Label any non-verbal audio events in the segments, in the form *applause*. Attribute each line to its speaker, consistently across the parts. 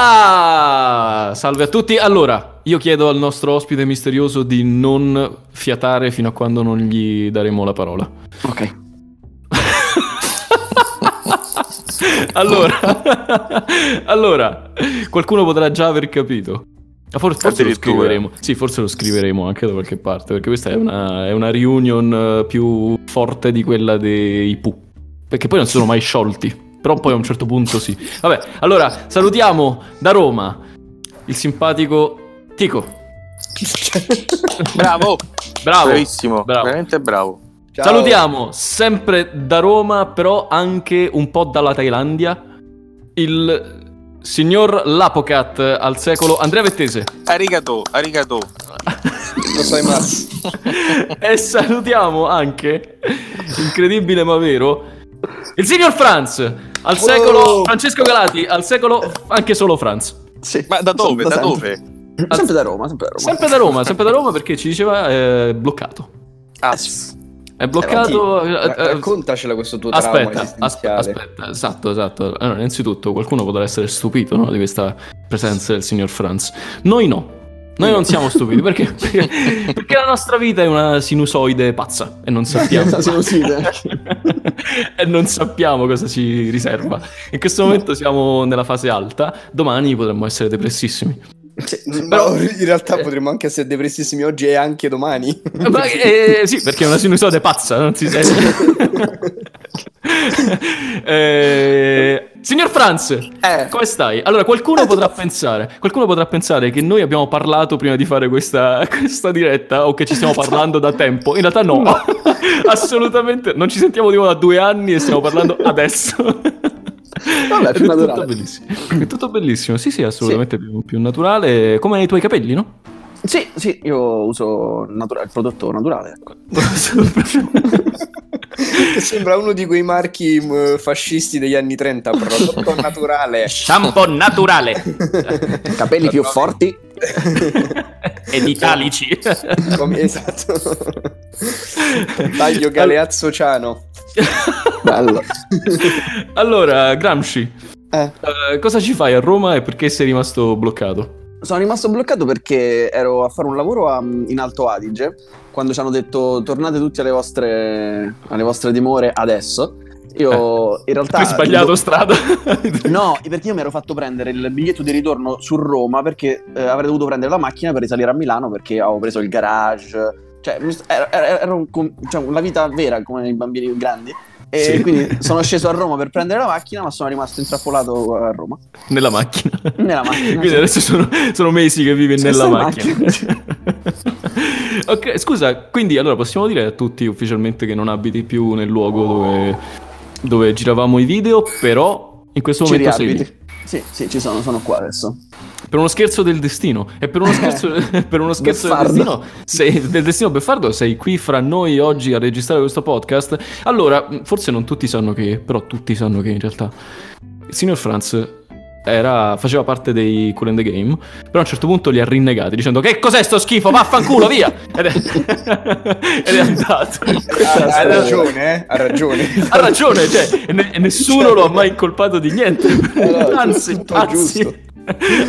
Speaker 1: Voilà! Salve a tutti. Allora, io chiedo al nostro ospite misterioso di non fiatare fino a quando non gli daremo la parola.
Speaker 2: Ok.
Speaker 1: *laughs* Allora, *laughs* allora, qualcuno potrà già aver capito. Ma for- forse lo
Speaker 3: Addirittura.
Speaker 1: scriveremo. Sì, forse lo scriveremo anche da qualche parte, perché questa è una, è una reunion eh, più forte di quella dei Pooh. Perché poi non si sono mai sciolti. Però poi a un certo punto sì. Vabbè, allora salutiamo da Roma il simpatico Tico.
Speaker 3: Bravo,
Speaker 1: Bravo.
Speaker 3: bravissimo,
Speaker 1: bravo.
Speaker 3: veramente bravo.
Speaker 4: Ciao.
Speaker 1: Salutiamo sempre da Roma, però anche un po' dalla Thailandia, il signor Lapocat al secolo Andrea Vettese.
Speaker 3: Arigato, arigato.
Speaker 4: Lo sai, Max.
Speaker 1: *laughs* e salutiamo anche, incredibile ma vero, il signor Franz al secolo
Speaker 4: Wow.
Speaker 1: Francesco Galati, al secolo anche solo Franz.
Speaker 2: Sì.
Speaker 3: Ma da dove? Da
Speaker 2: Sempre-
Speaker 3: dove?
Speaker 2: Sempre da Roma, sempre da Roma.
Speaker 1: Sempre da Roma, sempre da Roma perché ci diceva eh, bloccato.
Speaker 3: Ah,
Speaker 4: Eh,
Speaker 1: È bloccato...
Speaker 4: Ra-
Speaker 1: eh, eh,
Speaker 4: raccontacela questo tuo trauma
Speaker 1: Aspetta, aspe-
Speaker 4: esistenziale.
Speaker 1: aspetta, esatto, esatto. Allora, innanzitutto qualcuno potrà essere stupito no, di questa presenza del signor Franz. Noi no. Noi non siamo stupiti perché, perché, perché la nostra vita è una sinusoide pazza e non sappiamo.
Speaker 2: Una sinusite.
Speaker 1: *laughs* e non sappiamo cosa ci riserva. In questo momento siamo nella fase alta, domani potremmo essere depressissimi.
Speaker 4: Sì,
Speaker 1: Però-
Speaker 4: però in realtà potremmo anche essere depressissimi oggi e anche domani.
Speaker 1: Ma, eh, sì, perché è una sinusoide pazza, non si
Speaker 4: *laughs*
Speaker 1: sente. Eh, signor Franz,
Speaker 3: Eh.
Speaker 1: come stai? Allora, qualcuno potrà pensare, qualcuno potrà pensare che noi abbiamo parlato prima di fare questa, *laughs* questa diretta o che ci stiamo parlando da tempo. In realtà no, *laughs* assolutamente. Non ci sentiamo di nuovo da due anni e stiamo parlando adesso.
Speaker 2: Vabbè, più
Speaker 1: è tutto
Speaker 2: naturale.
Speaker 1: bellissimo. È tutto bellissimo. Sì, sì, assolutamente più, più naturale. Come i tuoi capelli, no? *laughs*
Speaker 2: Sì, sì, io uso natura- il prodotto naturale. ecco.
Speaker 4: Sembra uno di quei marchi mh, fascisti degli anni 30,
Speaker 1: *laughs*
Speaker 4: prodotto naturale.
Speaker 1: Shampoo *laughs* naturale.
Speaker 2: Capelli più forti.
Speaker 1: ed italici.
Speaker 4: Come- esatto. Taglio Galeazzo Ciano.
Speaker 1: *laughs*
Speaker 2: Bello.
Speaker 1: allora, Gramsci,
Speaker 4: Eh.
Speaker 1: eh, cosa ci fai a Roma e perché sei rimasto bloccato?
Speaker 2: Sono rimasto bloccato perché ero a fare un lavoro a- in Alto Adige quando ci hanno detto tornate tutti alle vostre, alle vostre dimore adesso. Io in realtà...
Speaker 1: Eh, Hai sbagliato strada.
Speaker 2: *laughs* No, perché io mi ero fatto prendere il biglietto di ritorno su Roma perché eh, avrei dovuto prendere la macchina per risalire a Milano perché avevo preso il garage. Cioè, mi st- era, era- era un com- cioè, la vita vera come i bambini grandi. E
Speaker 1: Sì.
Speaker 2: quindi sono sceso a Roma per prendere la macchina, ma sono rimasto intrappolato a Roma.
Speaker 1: *laughs* Nella macchina.
Speaker 2: Nella macchina,
Speaker 1: Quindi
Speaker 2: sì.
Speaker 1: adesso sono, sono mesi che vivi
Speaker 2: Sì,
Speaker 1: nella
Speaker 2: sono in
Speaker 1: macchina. *laughs* ok, scusa, quindi allora possiamo dire a tutti ufficialmente che non abiti più nel luogo dove, dove giravamo i video, però in questo
Speaker 2: Ci
Speaker 1: momento sei lì.
Speaker 2: riabiti. Sì, sì, ci sono, sono qua adesso.
Speaker 1: Per uno scherzo del destino. E per uno scherzo, *laughs* per uno scherzo del,
Speaker 2: Beffardo.
Speaker 1: destino, sei, del destino Beffardo, sei qui fra noi oggi a registrare questo podcast. Allora, mh, forse non tutti sanno che, però tutti sanno che in realtà il signor Franz era- faceva parte dei Cool and the Game, però a un certo punto li ha rinnegati dicendo che cos'è sto schifo, vaffanculo, via! Ed è, *laughs* ed è andato.
Speaker 4: Ha, ha
Speaker 2: Sì.
Speaker 4: ragione, eh? Ha ragione.
Speaker 1: *laughs* Ha ragione, cioè, e ne- e nessuno lo ha mai incolpato di niente.
Speaker 2: no,
Speaker 1: *laughs* anzi,
Speaker 2: tutto giusto.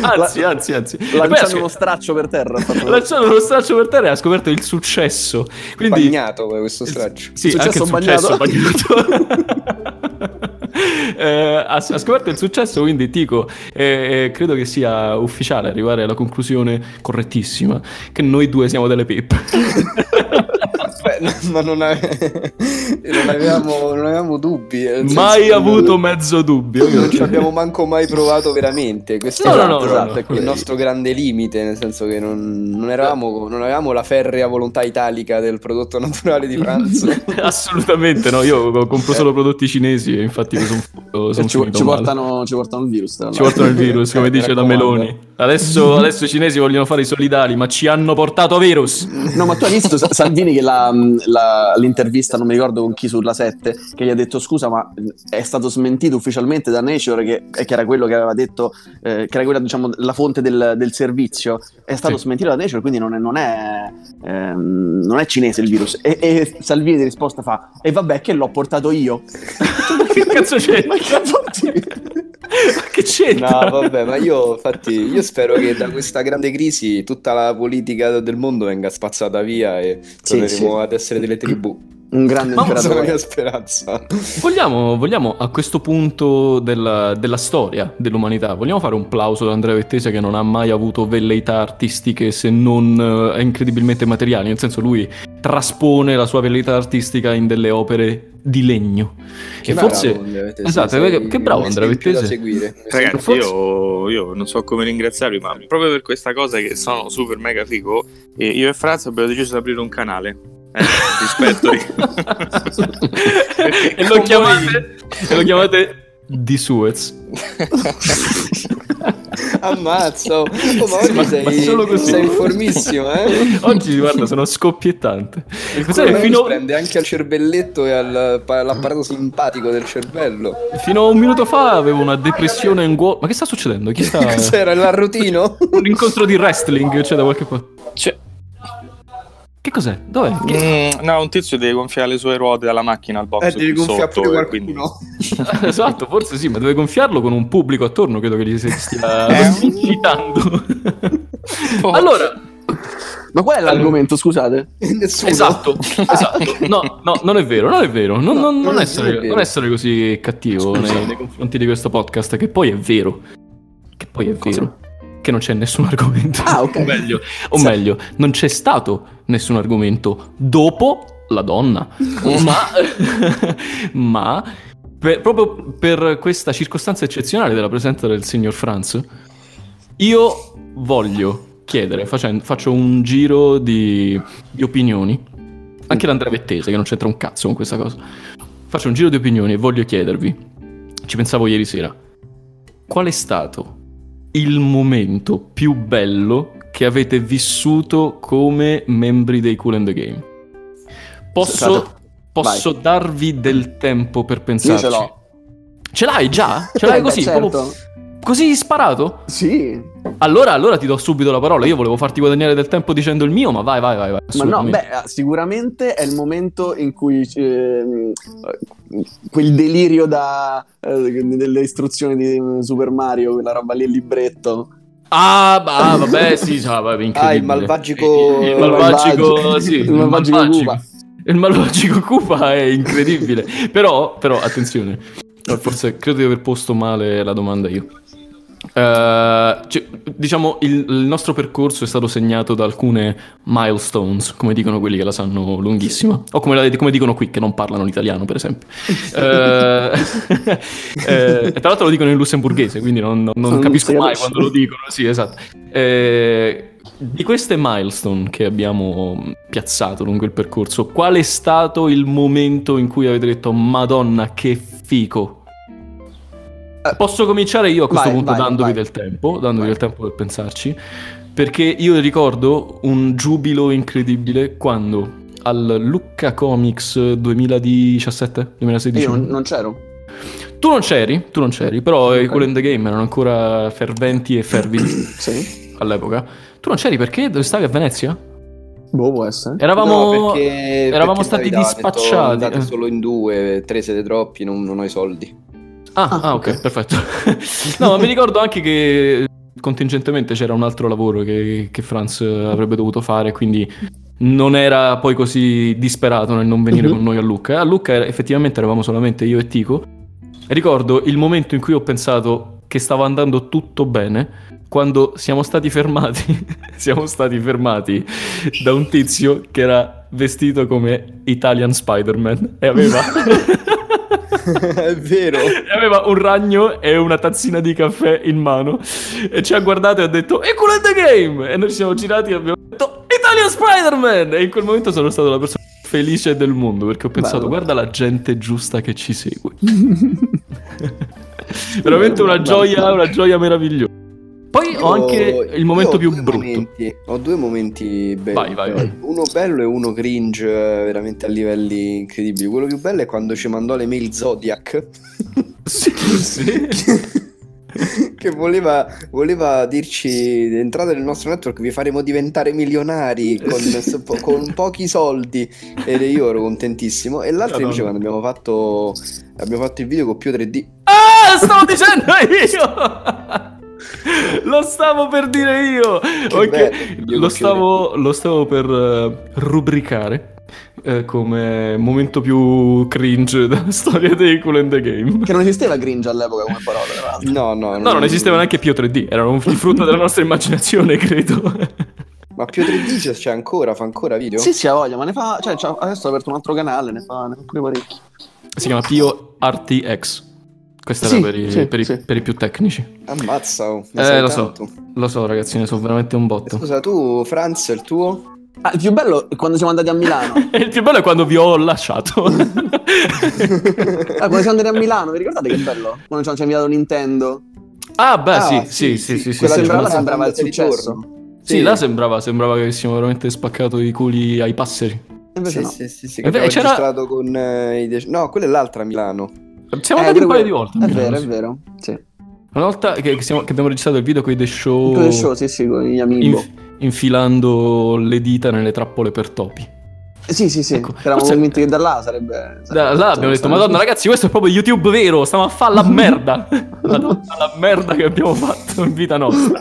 Speaker 1: anzi, anzi,
Speaker 2: La-
Speaker 1: anzi, anzi. E poi ha
Speaker 2: Lanciando
Speaker 1: scr-
Speaker 2: uno straccio per terra. proprio.
Speaker 1: lanciando uno straccio per terra e ha scoperto il successo. Quindi,
Speaker 4: Bagnato eh, questo straccio.
Speaker 1: Sì,
Speaker 2: Successo
Speaker 1: anche il successo
Speaker 2: bagnato.
Speaker 1: bagnato. *laughs* Eh, ha, ha scoperto il successo, quindi Tico, eh, eh, credo che sia ufficiale arrivare alla conclusione correttissima che noi due siamo delle peppe.
Speaker 4: Beh, no, ma non, ave- *laughs* non avevamo, non avevamo dubbi. eh, nel senso
Speaker 1: Mai
Speaker 4: che-
Speaker 1: avuto mezzo dubbio.
Speaker 4: non ci abbiamo manco mai provato veramente. Questo
Speaker 1: No,
Speaker 4: è
Speaker 1: no, no,
Speaker 4: esatto,
Speaker 1: no, no.
Speaker 4: è il nostro grande limite, nel senso che non, non eravamo, non avevamo la ferrea volontà italica del prodotto
Speaker 1: *laughs*
Speaker 4: naturale di Franz.
Speaker 1: Assolutamente no, io compro solo prodotti cinesi e infatti sono,
Speaker 2: E
Speaker 1: sono
Speaker 2: ci,
Speaker 1: finito
Speaker 2: ci
Speaker 1: male.
Speaker 2: portano, ci portano il virus. tra
Speaker 1: Ci
Speaker 2: l'altro.
Speaker 1: portano il virus, come
Speaker 4: Eh, *laughs* mi
Speaker 1: dice la
Speaker 4: raccomando.
Speaker 1: Meloni.
Speaker 4: *laughs*
Speaker 1: Adesso, adesso i cinesi vogliono fare i solidali, ma ci hanno portato
Speaker 4: *laughs*
Speaker 1: virus. *laughs*
Speaker 2: No, ma tu hai visto Sa- Salvini che la- mm, la- l'intervista, non mi ricordo con chi sulla 7, che gli ha detto scusa, ma mm, è stato smentito ufficialmente da Nature, che, eh, che era quello che aveva detto, eh, che era quella, diciamo, la fonte del, del servizio. È stato
Speaker 1: Sì.
Speaker 2: smentito da Nature, quindi non è, non è, ehm, non è cinese il virus. E, e Salvini di risposta
Speaker 1: *laughs*
Speaker 2: fa, e vabbè che l'ho portato io. *laughs*
Speaker 1: che cazzo c'è?
Speaker 2: Ma che cazzo ti-
Speaker 1: *laughs* Ma che c'entra?
Speaker 4: No, vabbè, ma io infatti io spero che da questa grande crisi tutta la politica del mondo venga spazzata via e
Speaker 2: sì.
Speaker 4: torneremo ad essere delle tribù.
Speaker 2: Un grande
Speaker 1: Ma
Speaker 4: Questa è la
Speaker 2: imperatore.
Speaker 4: mia speranza.
Speaker 1: Vogliamo, vogliamo a questo punto della, della storia dell'umanità, vogliamo fare un plauso ad Andrea Vettese che non ha mai avuto velleità artistiche se non eh, incredibilmente materiali, nel senso lui traspone la sua velleità artistica in delle opere di legno. e forse... esatto, che- che bravo Andrea
Speaker 4: Vettese da
Speaker 1: Vettese.
Speaker 4: seguire.
Speaker 3: Ragazzi,
Speaker 1: Forse-
Speaker 3: io, io non so come ringraziarvi, ma proprio per questa cosa che sono super mega figo, eh, io e Franz abbiamo deciso di aprire un canale. Eh, rispetto
Speaker 1: *laughs* e, lo chiamate, e lo chiamate di Suez.
Speaker 4: Ammazzo. Oh, ma
Speaker 1: *laughs* Sì,
Speaker 4: oggi
Speaker 1: ma-
Speaker 4: sei,
Speaker 1: ma solo così.
Speaker 4: sei informissimo, eh?
Speaker 1: *laughs* Oggi, guarda, sono scoppiettante.
Speaker 4: Il
Speaker 1: Sai,
Speaker 4: coronavirus
Speaker 1: fino,
Speaker 4: prende anche al cervelletto e al- pa- all'apparato simpatico del cervello.
Speaker 1: fino a un minuto fa avevo una depressione in guo- Ma che sta succedendo? Chi sta...
Speaker 4: Cos'era l'arrotino?
Speaker 1: un incontro di wrestling, c'è da qualche parte. Che cos'è? Dov'è? Che-
Speaker 3: Mm, no, un tizio deve gonfiare le sue ruote dalla macchina al box.
Speaker 4: Eh, devi
Speaker 3: qui
Speaker 4: gonfiare
Speaker 3: sotto,
Speaker 4: pure
Speaker 3: e quindi-
Speaker 4: qualcuno.
Speaker 1: *laughs* Esatto, forse sì, ma deve gonfiarlo con un pubblico attorno, credo che gli si stia
Speaker 3: Eh.
Speaker 1: *laughs* incitando. allora,
Speaker 2: Ma qual è l'argomento, scusate?
Speaker 4: *laughs* Nessuno.
Speaker 1: esatto, esatto. No, no, non è vero, non è vero. Non, non- non
Speaker 4: non è
Speaker 1: essere,
Speaker 4: vero.
Speaker 1: non essere così cattivo
Speaker 2: Scusa.
Speaker 1: nei, nei confronti di questo podcast, che poi è vero. Che poi è
Speaker 2: Cosa?
Speaker 1: vero. Che non c'è nessun argomento.
Speaker 2: Ah, ok.
Speaker 1: *laughs* O meglio, o
Speaker 2: Sì.
Speaker 1: meglio, non c'è stato nessun argomento dopo la donna. ma *laughs* ma per- proprio per questa circostanza eccezionale della presenza del signor Franz, io voglio chiedere, facen- faccio un giro di, di opinioni, anche l'Andrea Vettese che non c'entra un cazzo con questa cosa, faccio un giro di opinioni e voglio chiedervi, ci pensavo ieri sera, qual è stato il momento più bello che avete vissuto come membri dei Cool and the Game? Posso,
Speaker 2: Stato-
Speaker 1: posso darvi del tempo per
Speaker 2: Io
Speaker 1: pensarci?
Speaker 2: ce l'ho.
Speaker 1: Ce l'hai già? Ce l'hai
Speaker 2: Eh, beh,
Speaker 1: così?
Speaker 2: certo.
Speaker 1: proprio Così sparato?
Speaker 2: Sì.
Speaker 1: Allora, allora ti do subito la parola. Io volevo farti guadagnare del tempo dicendo il mio, ma vai, vai, vai. vai
Speaker 2: Ma no,
Speaker 1: assolutamente.
Speaker 2: beh, sicuramente è il momento in cui ehm, quel delirio da, eh, delle istruzioni di Super Mario, quella roba lì, il libretto.
Speaker 1: Ah, bah, ah, vabbè, sì, sì, ah, vabbè, incredibile.
Speaker 4: Ah, il malvagico-
Speaker 1: Il, il malvagico,
Speaker 2: malvagio- *laughs*
Speaker 1: sì.
Speaker 2: il malvagico Cuba.
Speaker 1: Il malvagico Cuba è incredibile. però, però, attenzione. No, Forse credo di aver posto male la domanda io. Eh, cioè, diciamo, il, il nostro percorso è stato segnato da alcune milestones, come dicono quelli che la sanno lunghissima, o come, la- come dicono qui che non parlano l'italiano, per esempio. Eh, *laughs* eh, e tra l'altro lo dicono in lussemburghese, quindi non, non- non
Speaker 2: Non
Speaker 1: capisco
Speaker 2: si
Speaker 1: mai
Speaker 2: capisce.
Speaker 1: quando lo dicono. Sì, esatto. Eh, di queste milestone che abbiamo piazzato lungo il percorso, qual è stato il momento in cui avete detto Madonna che fico? Posso cominciare io a questo
Speaker 2: Eh, vai,
Speaker 1: punto
Speaker 2: vai,
Speaker 1: dandovi
Speaker 2: vai.
Speaker 1: del tempo, dandovi
Speaker 2: Vai.
Speaker 1: del tempo per pensarci, perché io ricordo un giubilo incredibile quando al Lucca Comics 2017, 2016.
Speaker 2: Io non, non c'ero.
Speaker 1: Tu non c'eri, tu non c'eri, però i
Speaker 2: Ok.
Speaker 1: Cool and the Game erano ancora ferventi e
Speaker 2: *coughs*
Speaker 1: fervidi
Speaker 2: Sì.
Speaker 1: all'epoca. Tu non c'eri perché dove stavi a Venezia?
Speaker 2: Boh, può essere.
Speaker 1: Eh. Eravamo
Speaker 4: No, perché-
Speaker 1: eravamo
Speaker 4: perché
Speaker 1: stati
Speaker 4: Davide aveva detto,
Speaker 1: dispacciati.
Speaker 4: andate
Speaker 1: Eh.
Speaker 4: solo in due, tre siete troppi, non, non ho i soldi.
Speaker 1: Ah,
Speaker 2: Ah,
Speaker 1: ah, ok, perfetto. *laughs* no, ma mi ricordo anche che contingentemente c'era un altro lavoro che, che Franz avrebbe dovuto fare, quindi non era poi così disperato nel non venire
Speaker 2: Mhm.
Speaker 1: con noi a Lucca. A Lucca era- effettivamente eravamo solamente io e Tico. E ricordo il momento in cui ho pensato che stava andando tutto bene. Quando siamo stati fermati, *laughs* siamo stati fermati da un tizio che era vestito come Italian Spider-Man e *laughs* aveva
Speaker 4: È vero.
Speaker 1: e aveva un ragno e una tazzina di caffè in mano e ci ha guardato e ha detto e cool and the game e noi ci siamo girati e abbiamo detto Italian Spider-Man e in quel momento sono stato la persona più felice del mondo perché ho pensato
Speaker 2: Bello.
Speaker 1: guarda la gente giusta che ci segue *laughs* veramente una
Speaker 2: Bello,
Speaker 1: gioia
Speaker 2: bello.
Speaker 1: una gioia meravigliosa poi ho anche il momento più brutto
Speaker 4: ho due momenti belli.
Speaker 1: Vai, vai, vai.
Speaker 4: Uno bello e uno cringe, eh, veramente a livelli incredibili. Quello più bello è quando ci mandò le mail Zodiac.
Speaker 1: *laughs*
Speaker 4: *laughs*
Speaker 1: sì, sì.
Speaker 4: *laughs* che voleva, voleva dirci entrate nel nostro network vi faremo diventare milionari con, so- po- con pochi soldi ed io ero contentissimo e l'altro invece
Speaker 1: Madonna.
Speaker 4: quando abbiamo fatto abbiamo fatto il video con Pio 3D
Speaker 1: Ah, lo stavo dicendo io! Lo stavo per dire io! Ok,
Speaker 4: bello, io
Speaker 1: lo,
Speaker 4: lo
Speaker 1: stavo, lo stavo per eh, rubricare eh, come momento più cringe della *laughs* storia dei Cool and the Game.
Speaker 2: Che non esisteva cringe all'epoca come parola, tra l'altro.
Speaker 4: No, no,
Speaker 1: No, non esisteva neanche Pio 3D, era un il frutto della nostra immaginazione, credo. *laughs*
Speaker 4: Ma Pio 3D c'è ancora, fa ancora
Speaker 2: *laughs*
Speaker 4: video?
Speaker 2: Sì, sì, ha voglia, ma ne fa. Cioè, c'ha- adesso ha aperto un altro canale, ne fa, ne fa pure parecchi.
Speaker 1: Si chiama Pio RTX. Questa
Speaker 2: Sì,
Speaker 1: era per i,
Speaker 2: sì,
Speaker 1: per i-
Speaker 2: sì.
Speaker 1: per i più tecnici.
Speaker 4: Ammazza, oh, ne
Speaker 1: Eh,
Speaker 4: sai
Speaker 1: lo so,
Speaker 4: tanto.
Speaker 1: lo so, ragazzi, ne so veramente un botto.
Speaker 4: Scusa, tu, Franz, il tuo?
Speaker 2: Ah, il più bello è quando siamo andati a Milano.
Speaker 1: E *laughs* il più bello è quando vi ho lasciato.
Speaker 2: Ah, quando siamo andati a Milano, vi ricordate che bello? Quando ci hanno inviato Nintendo.
Speaker 1: ah, beh,
Speaker 4: Ah,
Speaker 1: sì, sì, sì, sì, sì,
Speaker 4: quella
Speaker 1: sì,
Speaker 2: sembrava-
Speaker 1: sì,
Speaker 4: giornata
Speaker 2: sembrava il
Speaker 4: del
Speaker 2: successo.
Speaker 4: ritorno.
Speaker 1: sì, là sembrava, sembrava che avessimo veramente spaccato i culi ai passeri.
Speaker 2: E Invece
Speaker 4: Sì,
Speaker 2: no.
Speaker 4: sì, sì, sì,
Speaker 1: Eh,
Speaker 4: che abbiamo
Speaker 1: beh, c'era-
Speaker 4: registrato con eh, i dec- No, quella è l'altra a Milano.
Speaker 1: Siamo
Speaker 2: Eh,
Speaker 1: andati un paio
Speaker 2: pure quello.
Speaker 1: di volte.
Speaker 2: È
Speaker 1: mi
Speaker 2: vero, è
Speaker 1: sembra.
Speaker 2: vero. Sì.
Speaker 1: Una volta che, che siamo- che abbiamo registrato il video con i The Show,
Speaker 2: Quello show, sì, boh. sì, con gli amiibo.
Speaker 1: inf- infilando le dita nelle trappole per topi.
Speaker 2: Eh, Sì, sì, sì.
Speaker 1: Ecco,
Speaker 2: Eravamo
Speaker 1: forse-
Speaker 2: convinti che da là sarebbe.
Speaker 1: Da,
Speaker 2: sarebbe-
Speaker 1: là abbiamo detto,
Speaker 2: sarebbe-
Speaker 1: madonna ragazzi, questo è proprio YouTube vero, stiamo a fare
Speaker 2: *laughs*
Speaker 1: la merda. Madonna, la merda che abbiamo *laughs* fatto in vita nostra.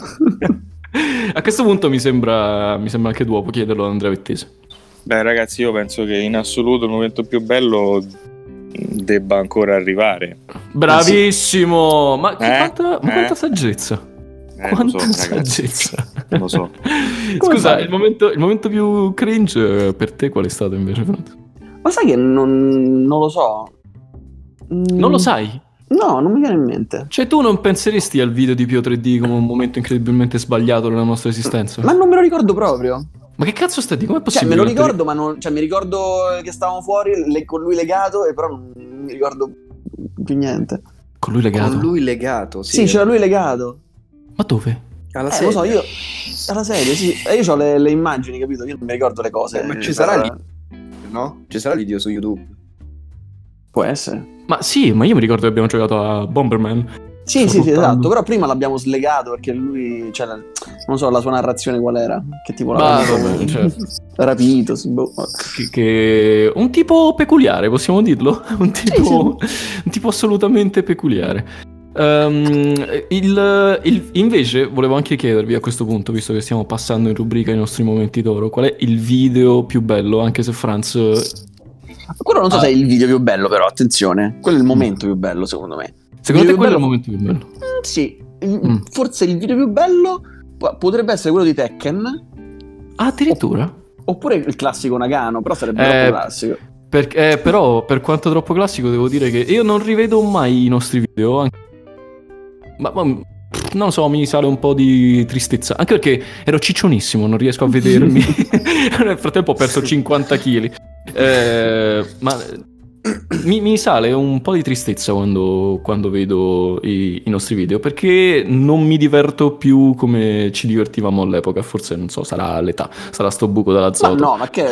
Speaker 1: a questo punto mi sembra, mi sembra anche dopo chiederlo ad Andrea Vettese.
Speaker 3: Beh, ragazzi, io penso che in assoluto il momento più bello debba ancora arrivare.
Speaker 1: Bravissimo! Ma, che
Speaker 3: Eh?
Speaker 1: quanta, ma
Speaker 3: Eh?
Speaker 1: quanta saggezza!
Speaker 3: Eh, lo
Speaker 1: quanta
Speaker 3: so, ragazzi.
Speaker 1: saggezza!
Speaker 3: *laughs* Lo so.
Speaker 1: Scusa,
Speaker 2: fai?
Speaker 1: il momento, il momento più cringe eh, per te qual è stato invece? Franz?
Speaker 2: *laughs* Ma sai che non, non lo so. Mm,
Speaker 1: Non lo sai?
Speaker 2: No, non mi viene in mente.
Speaker 1: Cioè tu non penseresti al video di Pio 3D come un momento incredibilmente sbagliato della nostra esistenza?
Speaker 2: Ma non me lo ricordo proprio.
Speaker 1: Ma che cazzo stai dicendo? Com'è
Speaker 2: Cioè,
Speaker 1: possibile?
Speaker 2: me lo
Speaker 1: che non te-
Speaker 2: ricordo, ma non. Cioè, mi ricordo che stavamo fuori le- con lui legato, e però non mi ricordo più niente.
Speaker 1: Con lui legato?
Speaker 4: Con lui legato, sì.
Speaker 2: Sì, c'era lui legato.
Speaker 1: Ma dove?
Speaker 4: Alla
Speaker 2: Eh, lo so,
Speaker 4: sedia.
Speaker 2: io. Alla serie, sì. E io ho le, le immagini, capito? Io non mi ricordo le cose.
Speaker 4: Eh, ma ci sarà
Speaker 2: però-
Speaker 4: lì? No? Ci sarà il video su YouTube.
Speaker 2: Può essere.
Speaker 1: Ma sì, ma io mi ricordo che abbiamo giocato a Bomberman.
Speaker 2: Sì,
Speaker 1: Sto
Speaker 2: sì, sì,
Speaker 1: contando.
Speaker 2: esatto. Però prima l'abbiamo slegato perché lui. Cioè, la- non so la sua narrazione qual era. Che tipo
Speaker 1: Ma
Speaker 2: l'aveva
Speaker 1: vabbè, cioè,
Speaker 2: rapito. sì, boh.
Speaker 1: che, che- un tipo peculiare, possiamo dirlo? *laughs* Un tipo, un tipo assolutamente peculiare. Ehm, il- il- invece volevo anche chiedervi a questo punto, visto che stiamo passando in rubrica i nostri momenti d'oro, qual è il video più bello, anche se Franz...
Speaker 2: Quello non so
Speaker 1: Ah.
Speaker 2: se è il video più bello, però attenzione. Quello è il momento più bello, secondo me.
Speaker 1: Secondo te
Speaker 2: Video
Speaker 1: quello è
Speaker 2: bello-
Speaker 1: il momento più bello?
Speaker 2: Mm, sì. Il-
Speaker 1: Mm.
Speaker 2: Forse il video più bello po- potrebbe essere quello di Tekken.
Speaker 1: Ah, addirittura?
Speaker 2: Oppure il classico Nagano, però sarebbe
Speaker 1: Eh,
Speaker 2: troppo classico.
Speaker 1: Perché, eh, però, per quanto troppo classico, devo dire che io non rivedo mai i nostri video. anche- Ma, ma- pff, non lo so, mi sale un po' di tristezza. Anche perché ero ciccionissimo, non riesco a
Speaker 2: *laughs*
Speaker 1: vedermi. *laughs* Nel frattempo ho perso 50 kg. ma mi, mi sale un po' di tristezza quando, quando vedo i, i nostri video perché non mi diverto più come ci divertivamo all'epoca. Forse non so, sarà l'età, sarà sto buco dalla
Speaker 2: Ma
Speaker 1: zona.
Speaker 2: no, ma che.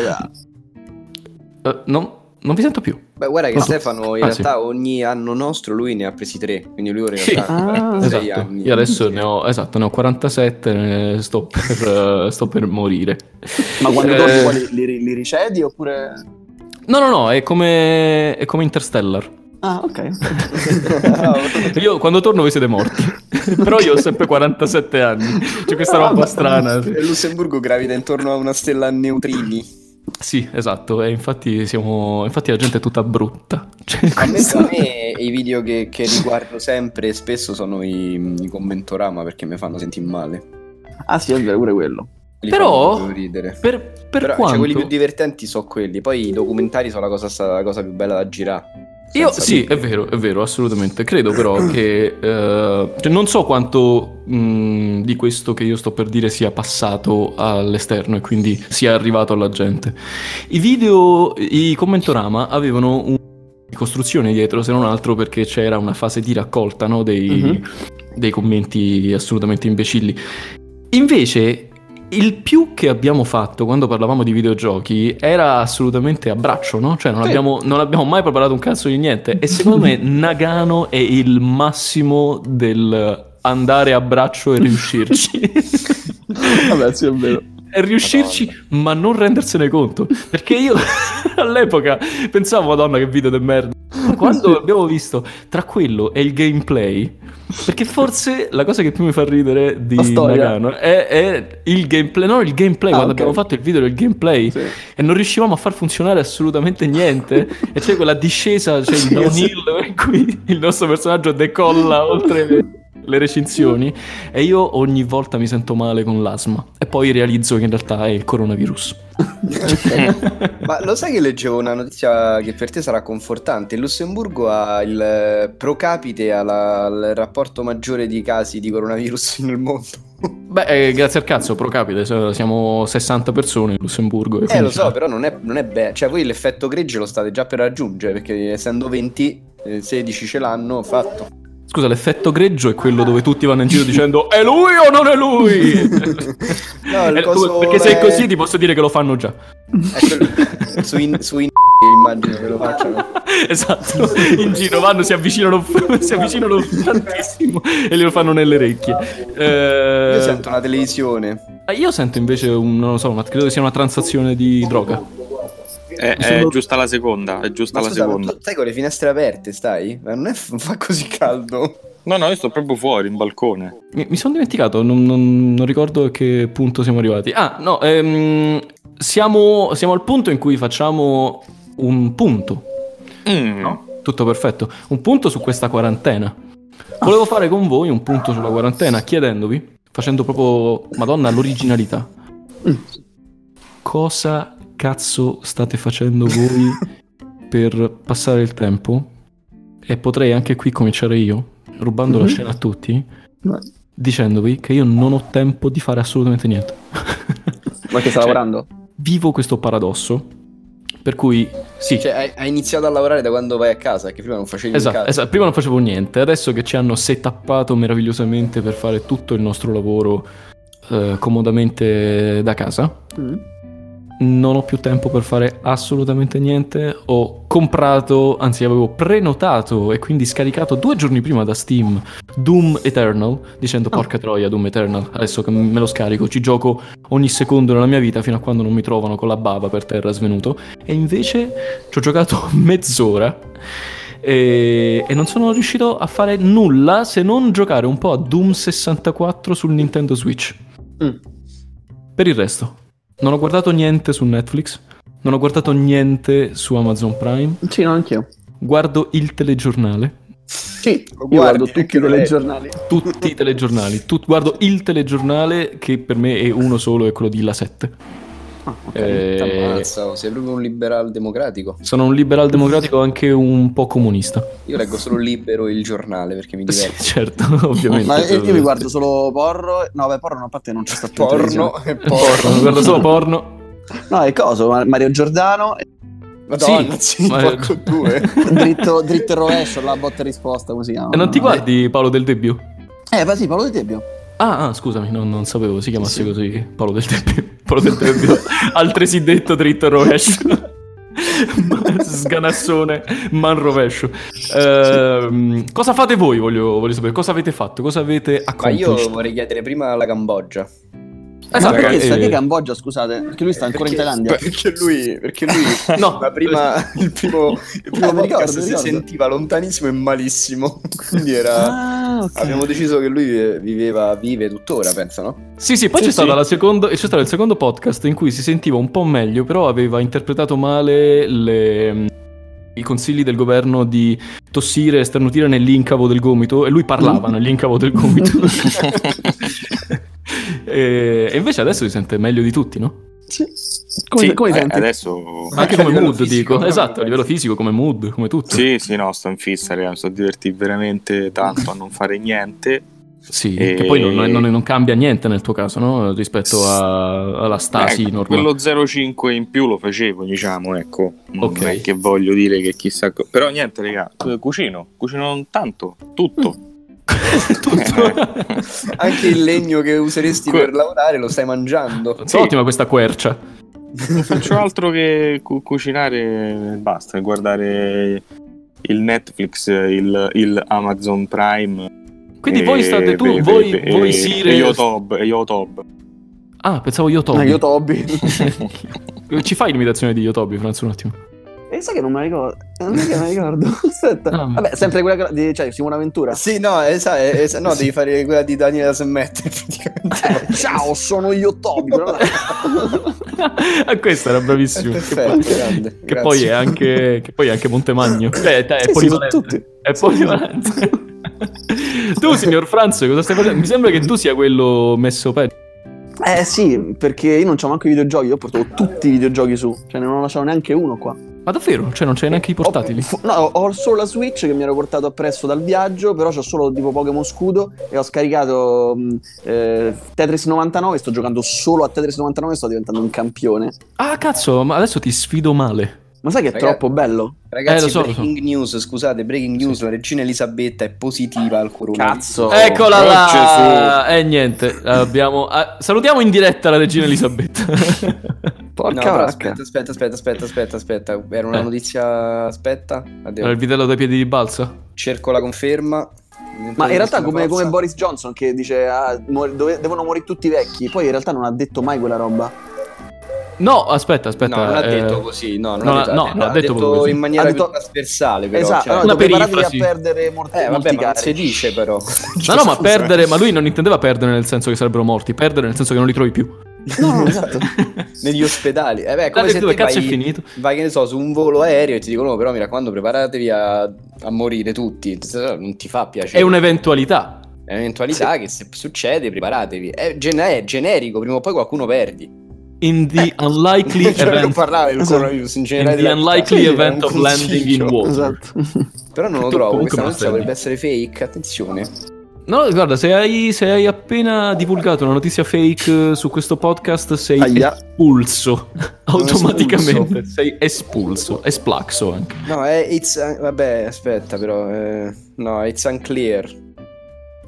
Speaker 1: Eh, non vi sento più.
Speaker 4: Beh, guarda che
Speaker 1: No.
Speaker 4: Stefano in
Speaker 1: Ah, sì.
Speaker 4: realtà ogni anno nostro lui ne ha presi tre, quindi lui in realtà
Speaker 1: Sì.
Speaker 4: ha
Speaker 2: Ah,
Speaker 4: sei
Speaker 1: Esatto,
Speaker 4: anni.
Speaker 1: io adesso
Speaker 4: Sì. *laughs*
Speaker 1: ne ho, esatto, ne ho 47, eh, sto per, eh, sto per morire.
Speaker 2: Ma quando
Speaker 1: Eh,
Speaker 2: torni poi li- li- li ricedi oppure.
Speaker 1: No, no, no, è come, è come Interstellar.
Speaker 2: Ah, *laughs* ok. Ah,
Speaker 1: Io quando torno voi siete
Speaker 2: *laughs*
Speaker 1: morti, però io ho sempre 47 anni, c'è questa
Speaker 2: Ah,
Speaker 1: roba
Speaker 2: vabbè.
Speaker 1: strana.
Speaker 4: E Lussemburgo gravita intorno a una stella a neutrini.
Speaker 1: Sì, esatto, e infatti, siamo, infatti la gente è tutta brutta. Cioè, *laughs*
Speaker 4: A me,
Speaker 1: questo-
Speaker 4: a me i video che, che riguardo sempre e spesso sono i, i commentorama perché mi fanno sentire male.
Speaker 2: Ah, sì, è vero, pure quello.
Speaker 4: Li
Speaker 1: Però-
Speaker 4: fanno ridere.
Speaker 1: Per, per
Speaker 4: Però, cioè,
Speaker 1: quanto...
Speaker 4: quelli più divertenti sono quelli, poi i documentari sono la cosa, sta- la cosa più bella da girare.
Speaker 1: Io
Speaker 4: Senza
Speaker 1: sì,
Speaker 4: dubbio.
Speaker 1: è vero, è vero, assolutamente. Credo
Speaker 4: *clears throat*
Speaker 1: però che... eh, cioè, non so quanto mh, di questo che io sto per dire sia passato all'esterno e quindi sia arrivato alla gente. I video, i commentorama avevano un di costruzione dietro se non altro perché c'era una fase di raccolta no, dei,
Speaker 2: Mhm.
Speaker 1: dei commenti assolutamente imbecilli invece il più che abbiamo fatto quando parlavamo di videogiochi era assolutamente a braccio no? cioè non,
Speaker 2: Sì.
Speaker 1: abbiamo, non abbiamo mai preparato un cazzo di niente e secondo
Speaker 2: *laughs*
Speaker 1: me Nagano è il massimo del andare a braccio e riuscirci
Speaker 2: *laughs* Vabbè, sì, è vero.
Speaker 1: e riuscirci, ma *laughs* non rendersene conto. Perché io all'epoca pensavo, Madonna, che video del merda. poi quando abbiamo visto tra quello e il gameplay, perché forse la cosa che più mi fa ridere di
Speaker 2: La storia.
Speaker 1: Nagano è, è il gameplay, no il gameplay,
Speaker 2: Ah,
Speaker 1: quando
Speaker 2: ok.
Speaker 1: abbiamo fatto il video del gameplay
Speaker 2: *laughs* Sì.
Speaker 1: e non riuscivamo a far funzionare assolutamente
Speaker 2: *laughs*
Speaker 1: niente e c'è quella discesa, c'è il
Speaker 2: Sì,
Speaker 1: downhill *laughs* in cui il nostro personaggio decolla oltre le, le recinzioni e io ogni volta mi sento male con l'asma e poi realizzo che in realtà è il coronavirus.
Speaker 4: *laughs*
Speaker 1: *laughs*
Speaker 4: Ma lo sai che leggevo una notizia che per te sarà confortante? Il Lussemburgo ha il eh, pro capite, ha la- il rapporto maggiore di casi di coronavirus nel mondo.
Speaker 1: Beh, eh, grazie al cazzo, pro capite, se- siamo 60 persone in Lussemburgo. e
Speaker 4: Eh,
Speaker 1: quindi-
Speaker 4: lo so, però non è, non è bello. Cioè, voi l'effetto greggio lo state già per raggiungere, perché essendo 20, eh, 16 ce l'hanno fatto.
Speaker 1: Scusa, l'effetto greggio è quello dove tutti vanno in
Speaker 4: *laughs*
Speaker 1: giro dicendo è lui o non è lui? *laughs*
Speaker 4: No, il
Speaker 1: Eh, tu-
Speaker 4: coso
Speaker 1: perché se è
Speaker 4: è-
Speaker 1: così ti posso dire che lo fanno già. *laughs*
Speaker 4: È quello- Ecco su in, su in- immagino che lo facciano.
Speaker 1: esatto, in giro vanno, si avvicinano, *laughs* si avvicinano tantissimo e glielo fanno nelle orecchie. Eh, ah,
Speaker 4: Io sento una televisione.
Speaker 1: io sento invece, un, non lo so, ma credo che sia una transazione di droga.
Speaker 3: È, Eh, è giusta la seconda, è giusta
Speaker 4: Ma
Speaker 3: la
Speaker 4: scusa, ma
Speaker 3: seconda.
Speaker 4: tu stai con le finestre aperte, stai? Ma non, è, non fa così caldo.
Speaker 3: No, no, io sto proprio fuori, in balcone.
Speaker 1: Mi, mi sono dimenticato, non, non- non ricordo a che punto siamo arrivati. Ah, no, ehm, siamo, siamo al punto in cui facciamo un punto.
Speaker 3: Mm.
Speaker 1: Tutto perfetto. Un punto su questa quarantena. Volevo fare con voi un punto sulla quarantena, chiedendovi, facendo proprio, madonna, l'originalità. Cosa cazzo state facendo voi per passare il tempo? E potrei anche qui cominciare io, rubando la
Speaker 2: Mhm.
Speaker 1: scena a tutti,
Speaker 2: Ma
Speaker 1: dicendovi che io non ho tempo di fare assolutamente
Speaker 2: *laughs*
Speaker 1: niente.
Speaker 2: che sta
Speaker 1: Cioè,
Speaker 2: lavorando?
Speaker 1: Vivo questo paradosso, per cui sì,
Speaker 4: Cioè, hai, hai iniziato a lavorare da quando vai a casa, che prima non facevi in
Speaker 1: Esatto,
Speaker 4: casa.
Speaker 1: esatto, prima non facevo niente, adesso che ci hanno setappato meravigliosamente per fare tutto il nostro lavoro eh, comodamente da casa,
Speaker 2: Mm.
Speaker 1: non ho più tempo per fare assolutamente niente. Ho comprato, anzi avevo prenotato e quindi scaricato due giorni prima da Steam Doom Eternal, dicendo porca troia Doom Eternal, adesso che me lo scarico, ci gioco ogni secondo della mia vita fino a quando non mi trovano con la bava per terra svenuto. E invece ci ho giocato *laughs* mezz'ora. E, e non sono riuscito a fare nulla se non giocare un po' a Doom 64 sul Nintendo Switch.
Speaker 2: Mm.
Speaker 1: Per il resto, non ho guardato niente su Netflix, non ho guardato niente su Amazon Prime,
Speaker 2: Sì, no, anch'io.
Speaker 1: guardo il telegiornale,
Speaker 2: Sì,
Speaker 4: Lo
Speaker 2: io
Speaker 4: guardi, eh,
Speaker 2: guardo tutti
Speaker 4: anche
Speaker 2: i
Speaker 4: lo leggi.
Speaker 2: telegiornali.
Speaker 1: tutti i
Speaker 2: *laughs*
Speaker 1: telegiornali, tut- guardo il telegiornale che per me è uno solo, è quello di La 7.
Speaker 2: Ah, ok.
Speaker 1: Eh,
Speaker 4: Ammazza, oh, sei proprio un liberal democratico.
Speaker 1: sono un liberal democratico anche un po' comunista.
Speaker 4: Io leggo solo libero e il giornale perché mi
Speaker 1: Sì,
Speaker 4: diverte.
Speaker 1: certo, *laughs* ovviamente.
Speaker 2: Ma io, io mi guardo solo porro. No, beh, porro no, a parte non c'è stato
Speaker 4: Porno e porno.
Speaker 1: Porno, guardo solo porno.
Speaker 2: No, è coso, Ma-
Speaker 1: *laughs*
Speaker 2: Mario Giordano,
Speaker 4: Madonna, sì, eh,
Speaker 1: ma-
Speaker 4: porco due. *laughs*
Speaker 2: dritto, dritto e rovescio, la botta e risposta, come si chiama?
Speaker 1: E non ti guardi Paolo Del Debbio?
Speaker 2: Eh, ma sì, Paolo Di Tebbio.
Speaker 1: Ah, ah, scusami, non, non sapevo si chiamasse così Paolo Del Debbio. Paolo Del
Speaker 4: *laughs*
Speaker 1: Debbio, altresì detto dritto e rovescio. Ma- Sganassone, man rovescio. Ehm, Cosa fate voi? Voglio, voglio sapere cosa avete fatto, cosa avete
Speaker 4: Ma io
Speaker 1: accomplished.
Speaker 4: vorrei chiedere prima alla Cambogia.
Speaker 2: Ma
Speaker 1: Esatto,
Speaker 2: perché
Speaker 1: eh,
Speaker 2: sta di Cambogia, scusate? Perché lui sta ancora in
Speaker 4: Perché-
Speaker 2: Thailandia.
Speaker 4: Perché lui, perché lui *laughs*
Speaker 1: No.
Speaker 4: la prima, il primo, il primo
Speaker 2: Eh, mi ricordo,
Speaker 4: podcast
Speaker 2: mi
Speaker 4: si
Speaker 2: ricordo.
Speaker 4: sentiva lontanissimo e malissimo. *laughs* Quindi era.
Speaker 2: Ah, ok.
Speaker 4: Abbiamo deciso che lui eh, viveva, vive tuttora, penso, no?
Speaker 1: Sì, sì, poi
Speaker 3: Sì,
Speaker 1: c'è,
Speaker 3: sì.
Speaker 1: Stato la secondo- c'è stato il secondo podcast in cui si sentiva un po' meglio, però aveva interpretato male le- i consigli del governo di tossire e sternutire nell'incavo del gomito e lui parlava
Speaker 3: Mm.
Speaker 1: nell'incavo del gomito.
Speaker 3: *laughs*
Speaker 1: e, e invece adesso si sente meglio di tutti, no?
Speaker 2: Sì. Come,
Speaker 3: Sì,
Speaker 2: come
Speaker 3: eh,
Speaker 2: senti?
Speaker 3: adesso...
Speaker 1: Anche
Speaker 4: a
Speaker 1: come
Speaker 4: livello
Speaker 1: mood,
Speaker 4: fisico,
Speaker 1: dico.
Speaker 4: no?
Speaker 1: Esatto, a livello fisico, come mood, come tutto.
Speaker 3: Sì, sì, no, sto in fissa, raga, mi sto divertendo veramente tanto a non fare niente.
Speaker 1: Sì,
Speaker 3: E-
Speaker 1: che poi non, non- non cambia niente nel tuo caso, no? Rispetto a- alla stasi
Speaker 3: Ecco,
Speaker 1: normale. *laughs*
Speaker 3: quello 0,5 in più lo facevo, diciamo, ecco. Non
Speaker 1: Ok.
Speaker 3: è che voglio dire che chissà... co- Però niente, raga, eh, cucino, cucino tanto,
Speaker 1: *laughs*
Speaker 3: tutto.
Speaker 1: tutto.
Speaker 4: Anche il legno che useresti
Speaker 3: Que-
Speaker 4: per lavorare lo stai mangiando.
Speaker 3: Sì.
Speaker 1: Ottima questa quercia.
Speaker 3: Non faccio altro che cu- cucinare e basta, e guardare il Netflix, il, il Amazon Prime.
Speaker 1: Quindi
Speaker 3: e-
Speaker 1: voi state tu,
Speaker 3: e-
Speaker 1: voi,
Speaker 3: e-
Speaker 1: voi
Speaker 3: e-
Speaker 1: Sire-
Speaker 3: E io Tob, e io Tob.
Speaker 1: Ah, pensavo Eh,
Speaker 2: No,
Speaker 1: Yotobi.
Speaker 3: *laughs*
Speaker 2: io Tobi. *laughs*
Speaker 1: Ci fai l'imitazione di Yotobi, Franz, un attimo?
Speaker 2: E Eh, sai che non me la ricordo. Non è che me la ricordo. *laughs* Aspetta.
Speaker 1: Ah.
Speaker 2: Vabbè, sempre quella che- di, cioè, Simona Ventura.
Speaker 4: Sì, no, esa- eh, esa- *laughs* no devi fare quella di Daniela Semmette *laughs* praticamente.
Speaker 2: Ciao, sono io Toby.
Speaker 4: *laughs*
Speaker 2: però-
Speaker 1: Ah, questo era bravissimo. Che
Speaker 4: Perfetto,
Speaker 1: poi,
Speaker 4: grande,
Speaker 1: che
Speaker 4: grazie.
Speaker 1: poi è anche, che poi è anche
Speaker 2: *laughs*
Speaker 1: Montemagno. Cioè, dai, è
Speaker 2: Sì, sì, sono
Speaker 1: polivalente.
Speaker 2: tutti.
Speaker 1: È polivalente. tu, signor Franz, cosa stai facendo? Mi sembra che tu sia quello messo peggio.
Speaker 2: *laughs* Eh sì, perché io non c'ho manco i videogiochi, io portavo tutti i videogiochi su, cioè non lasciavo neanche uno qua.
Speaker 1: Ma davvero? Cioè, non c'hai neanche i portatili?
Speaker 2: Ho- fu- no, ho solo la Switch che mi ero portato appresso dal viaggio, però c'ho solo tipo Pokémon Scudo e ho scaricato mh, eh, Tetris 99, sto giocando solo a Tetris 99 sto diventando un campione.
Speaker 1: Ah, cazzo, ma adesso ti sfido male.
Speaker 2: Ma sai che è
Speaker 4: Ragazzi-
Speaker 2: troppo bello?
Speaker 4: Ragazzi,
Speaker 1: Eh, lo so, lo so.
Speaker 4: breaking news, scusate, breaking news, la regina Elisabetta è positiva al coronavirus.
Speaker 2: Cazzo. Oh,
Speaker 1: Eccola
Speaker 3: oh,
Speaker 1: là! E niente, abbiamo... ah, salutiamo in diretta la regina Elisabetta.
Speaker 2: *laughs*
Speaker 4: No,
Speaker 2: Porca
Speaker 4: però
Speaker 2: vacca.
Speaker 4: aspetta, aspetta, aspetta, aspetta, aspetta, aspetta. Era
Speaker 1: Eh.
Speaker 4: una notizia, aspetta,
Speaker 1: Era Eh, il
Speaker 4: addio.
Speaker 1: vitello dai piedi di balsa?
Speaker 4: cerco la conferma.
Speaker 2: Ma in realtà come, come
Speaker 4: Forza.
Speaker 2: Boris Johnson che dice ah, muo- dove- devono morire tutti i vecchi, poi in realtà non ha detto mai quella roba.
Speaker 1: No, aspetta, aspetta.
Speaker 4: no, non ha
Speaker 1: eh,
Speaker 4: detto così, no, non
Speaker 1: no,
Speaker 4: ha detto,
Speaker 1: no,
Speaker 4: ha
Speaker 1: no, ha detto
Speaker 4: detto,
Speaker 1: proprio così.
Speaker 4: in maniera
Speaker 2: Ha detto-
Speaker 4: più trasversale, però.
Speaker 2: esatto,
Speaker 4: cioè-
Speaker 2: no,
Speaker 1: Una
Speaker 2: devo preparatevi a
Speaker 1: perifrasi.
Speaker 2: perdere morti,
Speaker 4: eh, vabbè,
Speaker 2: molti
Speaker 4: ma non
Speaker 2: cari.
Speaker 4: si dice però. *laughs*
Speaker 1: No, no, ma
Speaker 4: Scusa.
Speaker 1: perdere, ma lui non intendeva perdere nel senso che sarebbero morti, perdere nel senso che non li trovi più. *laughs*
Speaker 2: No, no, esatto.
Speaker 4: Negli ospedali. Eh beh, è come
Speaker 1: Guarda
Speaker 4: se
Speaker 1: dove
Speaker 4: te
Speaker 1: cazzo è
Speaker 4: vai,
Speaker 1: finito?
Speaker 4: vai, che ne so, su un volo aereo e ti dicono, "No, però mi raccomando, preparatevi a, a morire tutti. Non ti fa piacere.
Speaker 1: È un'eventualità.
Speaker 4: È un'eventualità che se succede, preparatevi. È, gene- è generico, prima o poi qualcuno perdi.
Speaker 1: In
Speaker 4: *laughs*
Speaker 1: the unlikely
Speaker 4: Eh, Cioè, non
Speaker 1: event.
Speaker 4: parlava del
Speaker 2: Esatto.
Speaker 4: coronavirus in
Speaker 1: In
Speaker 4: generale.
Speaker 1: the
Speaker 4: della vita.
Speaker 1: unlikely
Speaker 4: Sì, era
Speaker 1: event
Speaker 4: un
Speaker 1: of landing in
Speaker 4: consiglio.
Speaker 1: water.
Speaker 2: esatto.
Speaker 4: Però *laughs* non lo
Speaker 1: Tu
Speaker 4: trovo,
Speaker 1: comunque
Speaker 4: questa
Speaker 1: me la prendi.
Speaker 4: notizia potrebbe essere fake, attenzione.
Speaker 1: No, guarda, se hai, se hai appena divulgato una notizia fake eh, su questo podcast, sei
Speaker 2: Aia.
Speaker 1: espulso. Automaticamente.
Speaker 4: espulso.
Speaker 1: Sei espulso. Esplaxo anche.
Speaker 4: No, è it's un- vabbè, aspetta però, eh, no, it's unclear.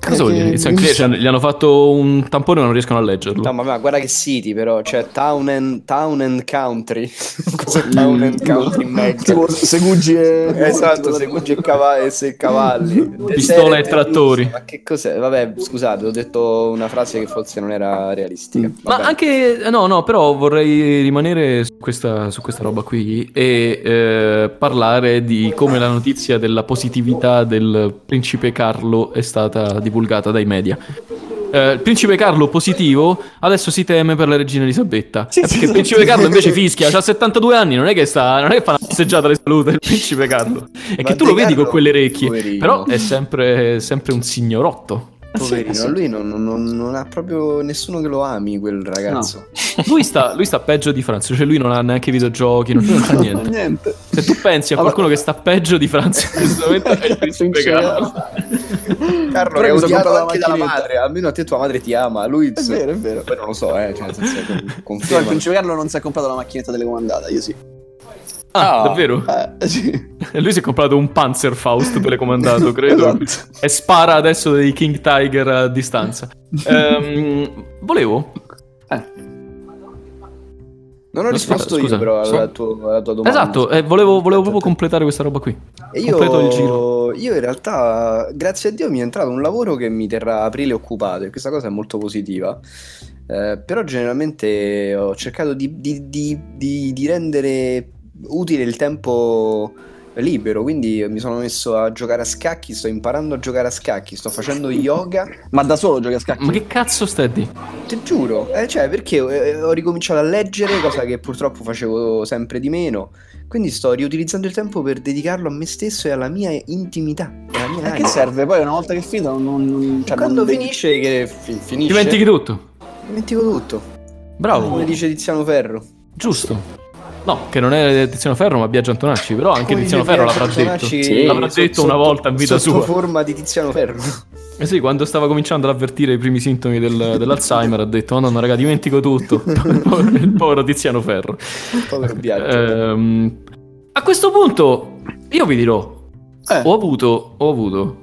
Speaker 1: Cosa vuol dire? It's unclear, cioè, gli hanno fatto un tampone ma non riescono a leggerlo.
Speaker 4: No, ma, ma guarda che city però, cioè town and, town and country. *laughs* Cos'è town and country in mezzo?
Speaker 2: Tipo Segugi e...
Speaker 4: Esatto, se cucci e cavalli, se
Speaker 1: *laughs*
Speaker 4: cavalli.
Speaker 1: Pistola e trattori.
Speaker 4: Ma che cos'è? Vabbè, scusate, ho detto una frase che forse non era realistica.
Speaker 2: Mm.
Speaker 1: Ma
Speaker 4: Vabbè.
Speaker 1: anche, eh, no, no, però vorrei rimanere su questa, su questa roba qui e eh, parlare di come la notizia della positività del principe Carlo è stata divulgata dai media. Eh, il principe Carlo positivo adesso si teme per la regina Elisabetta.
Speaker 2: Sì,
Speaker 1: Eh, perché
Speaker 2: sì,
Speaker 1: il
Speaker 2: esatto.
Speaker 1: principe Carlo
Speaker 4: *laughs*
Speaker 1: invece fischia, ha 72 anni, non è che, sta, non è che fa una passeggiata di salute il principe Carlo. È
Speaker 4: Ma
Speaker 1: che tu
Speaker 4: De
Speaker 1: lo vedi con
Speaker 4: Carlo,
Speaker 1: quelle orecchie,
Speaker 4: poverino.
Speaker 1: però è sempre, sempre un signorotto.
Speaker 4: Poverino,
Speaker 2: Sì, sì.
Speaker 4: lui non, non- non ha proprio nessuno che lo ami, quel ragazzo.
Speaker 1: Lui sta, lui sta peggio di Franz, cioè lui non ha neanche i videogiochi, non, non
Speaker 4: Mm.
Speaker 1: fa niente.
Speaker 2: *laughs* Niente.
Speaker 1: Se tu pensi a
Speaker 2: Allora-
Speaker 1: qualcuno che sta peggio di Franz in
Speaker 4: *laughs*
Speaker 1: questo momento è il principe Carlo.
Speaker 4: Carlo
Speaker 2: Però
Speaker 4: è
Speaker 2: mi sono
Speaker 4: odiato
Speaker 2: comprato
Speaker 4: anche
Speaker 2: la macchinetta.
Speaker 4: dalla madre, almeno a te tua madre ti ama, lui...
Speaker 2: È vero, è vero.
Speaker 4: Poi non lo so, eh, cioè, nel senso, con-
Speaker 2: No, il
Speaker 4: conferma.
Speaker 2: principe Carlo non si è comprato la macchinetta telecomandata, io sì.
Speaker 1: Ah,
Speaker 4: Ah.
Speaker 1: davvero?
Speaker 2: Eh, sì.
Speaker 1: Lui si è comprato un Panzerfaust
Speaker 4: *laughs*
Speaker 1: telecomandato, credo.
Speaker 2: Esatto.
Speaker 1: E spara adesso dei King Tiger a distanza. Ehm, volevo.
Speaker 4: Non ho
Speaker 1: No,
Speaker 4: risposto
Speaker 1: scusa,
Speaker 4: io però
Speaker 1: scusa.
Speaker 4: alla tua, alla tua domanda.
Speaker 1: Esatto, eh, volevo, volevo proprio
Speaker 4: Aspetta.
Speaker 1: completare questa roba qui.
Speaker 4: E io,
Speaker 1: completo il giro.
Speaker 4: io in realtà, grazie a Dio, mi è entrato un lavoro che mi terrà aprile occupato e questa cosa è molto positiva. Eh, però generalmente ho cercato di, di- di- di- di rendere utile il tempo libero, quindi mi sono messo a giocare a scacchi, sto imparando a giocare a scacchi, sto facendo yoga.
Speaker 2: Ma da solo giochi a scacchi?
Speaker 1: Ma che cazzo stai a dire?
Speaker 4: Ti giuro, eh, cioè, perché eh, ho ricominciato a leggere, cosa che purtroppo facevo sempre di meno. Quindi sto riutilizzando il tempo per dedicarlo a me stesso e alla mia intimità. e alla
Speaker 2: A
Speaker 4: mia
Speaker 2: Eh, che
Speaker 4: anima.
Speaker 2: serve? Poi una volta che finito non... non cioè,
Speaker 4: Quando
Speaker 2: non devi-
Speaker 4: finisce, che fi- finisce,
Speaker 1: Dimentichi tutto.
Speaker 4: dimentico tutto. Come
Speaker 1: Bravo,
Speaker 4: dice Tiziano Ferro.
Speaker 1: giusto. No, che non è Tiziano Ferro, ma Biagio Antonacci. Però anche
Speaker 4: Come
Speaker 1: Tiziano
Speaker 4: dice
Speaker 1: Ferro l'avrà
Speaker 4: Piero
Speaker 1: detto.
Speaker 4: Antonacci
Speaker 2: Sì,
Speaker 1: l'avrà
Speaker 4: sotto-
Speaker 1: detto una volta in vita
Speaker 4: sotto
Speaker 1: sua.
Speaker 4: forma di Tiziano Ferro. *laughs*
Speaker 1: Eh sì, quando stava cominciando ad avvertire i primi sintomi del- dell'Alzheimer ha detto, oh no, no, raga, dimentico
Speaker 4: *laughs*
Speaker 1: tutto. Il povero- il povero Tiziano Ferro.
Speaker 4: Povero Biagio.
Speaker 1: Ehm, a questo punto, io vi dirò,
Speaker 2: Eh.
Speaker 1: ho, avuto, ho avuto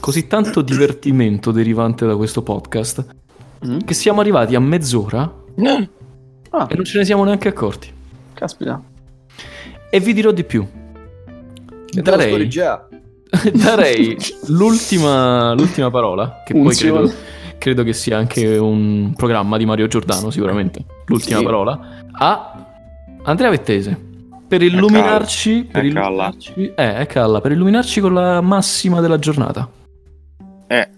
Speaker 1: così tanto divertimento derivante da questo podcast
Speaker 2: Mm?
Speaker 1: che siamo arrivati a mezz'ora
Speaker 4: Eh.
Speaker 2: Ah,
Speaker 1: e non ce ne siamo neanche accorti.
Speaker 2: caspita.
Speaker 1: E vi dirò di più.
Speaker 4: E te lo
Speaker 1: Darei-
Speaker 4: scori già.
Speaker 1: *laughs*
Speaker 4: *laughs*
Speaker 1: darei l'ultima, l'ultima parola, che poi
Speaker 2: Unzione.
Speaker 1: credo, credo che sia anche un programma di Mario Giordano, sicuramente. L'ultima
Speaker 4: Sì.
Speaker 1: parola a Andrea Vettese. per illuminarci, per
Speaker 3: È calla.
Speaker 1: illuminarci, eh, è calla, per illuminarci con la massima della giornata.
Speaker 4: *laughs*
Speaker 3: Eh.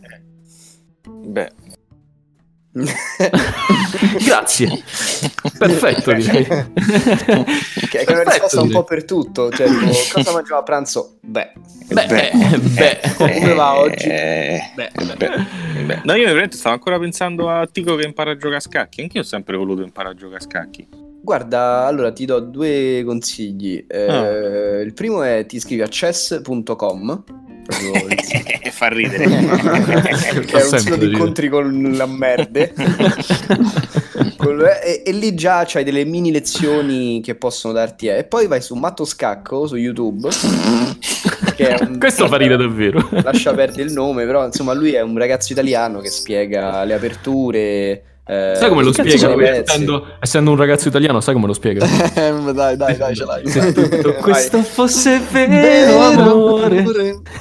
Speaker 3: Beh.
Speaker 1: Grazie. Perfetto, direi.
Speaker 4: Che è Eh. una
Speaker 1: Perfetto,
Speaker 4: risposta un
Speaker 1: direi.
Speaker 4: po' per tutto. Cioè, tipo, cosa mangiamo a pranzo? Beh,
Speaker 1: Beh, eh, beh.
Speaker 4: Come va oggi?
Speaker 3: Eh,
Speaker 4: beh,
Speaker 3: beh, beh. No, io veramente stavo ancora pensando a Tico che impara a giocare a scacchi. Anch'io ho sempre voluto imparare a giocare a *laughs* scacchi.
Speaker 4: Guarda, allora ti do due consigli. Eh,
Speaker 3: Ah.
Speaker 4: Il primo è ti iscrivi a chess.com. proprio
Speaker 3: *laughs*
Speaker 4: il sito,
Speaker 3: Fa ridere.
Speaker 4: che è un sito
Speaker 1: sempre
Speaker 4: di
Speaker 1: ridere.
Speaker 4: incontri con
Speaker 1: *laughs*
Speaker 4: la merde. Quello è- e, e lì già c'hai delle mini lezioni che possono darti. eh. E poi vai su Matto Scacco su YouTube. che è un-
Speaker 1: *laughs* Questo fa ridere
Speaker 3: *laughs*
Speaker 1: davvero.
Speaker 4: lascia perdere il nome, però insomma lui è un ragazzo italiano che spiega le aperture. eh,
Speaker 1: Sai come lo
Speaker 4: che cazzo
Speaker 1: spiega?
Speaker 4: sono i
Speaker 1: lui?
Speaker 4: pezzi.
Speaker 1: Essendo, essendo un ragazzo italiano, sai come lo spiega?
Speaker 2: Ehm, dai, dai, dai, ce l'hai.
Speaker 1: Se tutto
Speaker 4: Vai.
Speaker 1: questo fosse vero, amore,